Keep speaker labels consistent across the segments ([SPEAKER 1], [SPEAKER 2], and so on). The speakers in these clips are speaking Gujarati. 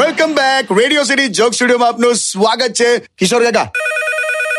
[SPEAKER 1] Welcome back radio city joke સ્ટુડિયોમાં આપનું સ્વાગત છે કિશોર કાકા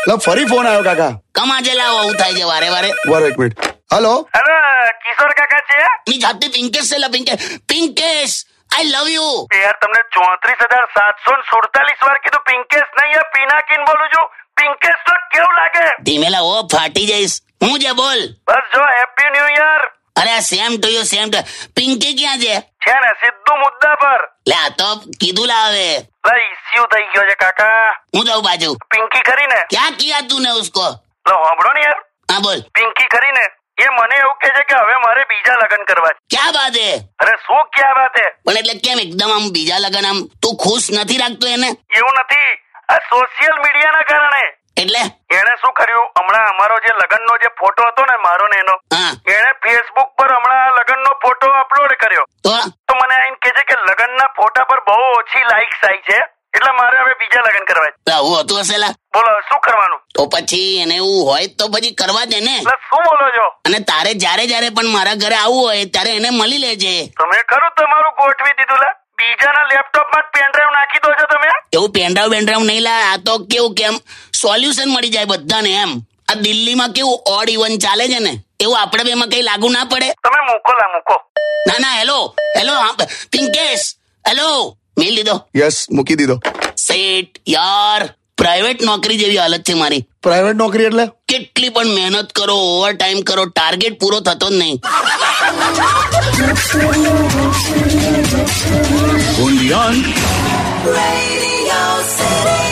[SPEAKER 1] લા ફરી ફોન આવ્યો કાકા
[SPEAKER 2] કમાજે લાવો આવું થાય છે વારે વારે
[SPEAKER 1] વાર એક મિનિટ હલો
[SPEAKER 3] અરે કિશોર કાકા છે
[SPEAKER 2] ની જાતે પિંકેશ છે લા પિંકે પિંકેશ આઈ લવ યુ
[SPEAKER 3] એ યાર તમને ચોત્રીસ હજાર સાતસો સુડતાલીસ વાર કીધું પિંકેશ નહીં આ પિનાકીન બોલું છું પિંકેશ તો કેવું લાગે
[SPEAKER 2] ધીમે લાવો ફાટી જઈશ હું છે બોલ
[SPEAKER 3] બસ જો હેપી ન્યુ યર
[SPEAKER 2] અરે same to you same to પિંકે ક્યાં છે
[SPEAKER 3] છે ને સીધું મુદ્દા પર
[SPEAKER 2] લે આ તો કીધું લાવે
[SPEAKER 3] લા ઇસ્યુ થઈ ગયો છે કાકા
[SPEAKER 2] હું જાઉં બાજુ
[SPEAKER 3] પિંકી કરીને
[SPEAKER 2] क्या किया तूने उसको हाँ
[SPEAKER 3] લો સાંભળો ને યાર
[SPEAKER 2] बोल
[SPEAKER 3] પિંકી કરીને એ મને એવું કહે છે કે હવે મારે બીજા લગ્ન કરવા છે
[SPEAKER 2] क्या बात है
[SPEAKER 3] અરે શું ક્યાં વાત હે
[SPEAKER 2] પણ એટલે કેમ એકદમ આમ બીજા લગન આમ તું ખુશ નથી રાખતો એને
[SPEAKER 3] એવું નથી આ સોશિયલ મીડિયાના કારણે
[SPEAKER 2] એટલે
[SPEAKER 3] એણે શું કર્યું હમણાં અમારો જે લગ્નનો જે ફોટો હતો ને મારો ને એનો
[SPEAKER 2] હા
[SPEAKER 3] એણે ફેસબુક પર હમણાં આ લગ્નનો ફોટો અપલોડ કર્યો
[SPEAKER 2] તો
[SPEAKER 3] તો મને આઈને કહે છે કે લગ્નના ફોટા પર બહુ ઓછી લાઇક્સ આવી છે એટલે મારે હવે બીજા લગ્ન કરવા છે
[SPEAKER 2] આવું હતું હશે લા.
[SPEAKER 3] બોલો હવે શું કરવાનું
[SPEAKER 2] તો પછી એને એવું હોય તો પછી કરવા દે ને
[SPEAKER 3] એટલે શું બોલો છો
[SPEAKER 2] અને તારે જ્યારે જ્યારે પણ મારા ઘરે આવવું હોય ત્યારે એને મળી લેજે
[SPEAKER 3] તમે ખરું તમારું ગોઠવી દીધું લા બીજાના લેપટોપમાં જ પેનડ્રાઈવ નાખી દો છો તમે
[SPEAKER 2] એવું પેનડ્રાવ બેનડ્રાવ નહીં લા આ તો કેવું કેમ સોલ્યુશન મળી જાય બધાને એમ આ દિલ્હીમાં કેવું ઓડ ઇવન ચાલે છે ને એવું આપણે બેમાં કઈ લાગુ ના પડે
[SPEAKER 3] તમે મૂકો લા મૂકો
[SPEAKER 2] ના ના હેલો હેલો હા, પિંકેશ હેલો મેલ લીધો
[SPEAKER 1] યસ મૂકી દીધો
[SPEAKER 2] સેટ યાર પ્રાઇવેટ નોકરી જેવી હાલત છે મારી
[SPEAKER 1] પ્રાઇવેટ નોકરી એટલે
[SPEAKER 2] કેટલી પણ મહેનત કરો ઓવર ટાઈમ કરો ટાર્ગેટ પૂરો થતો જ નહીં
[SPEAKER 4] Radio City.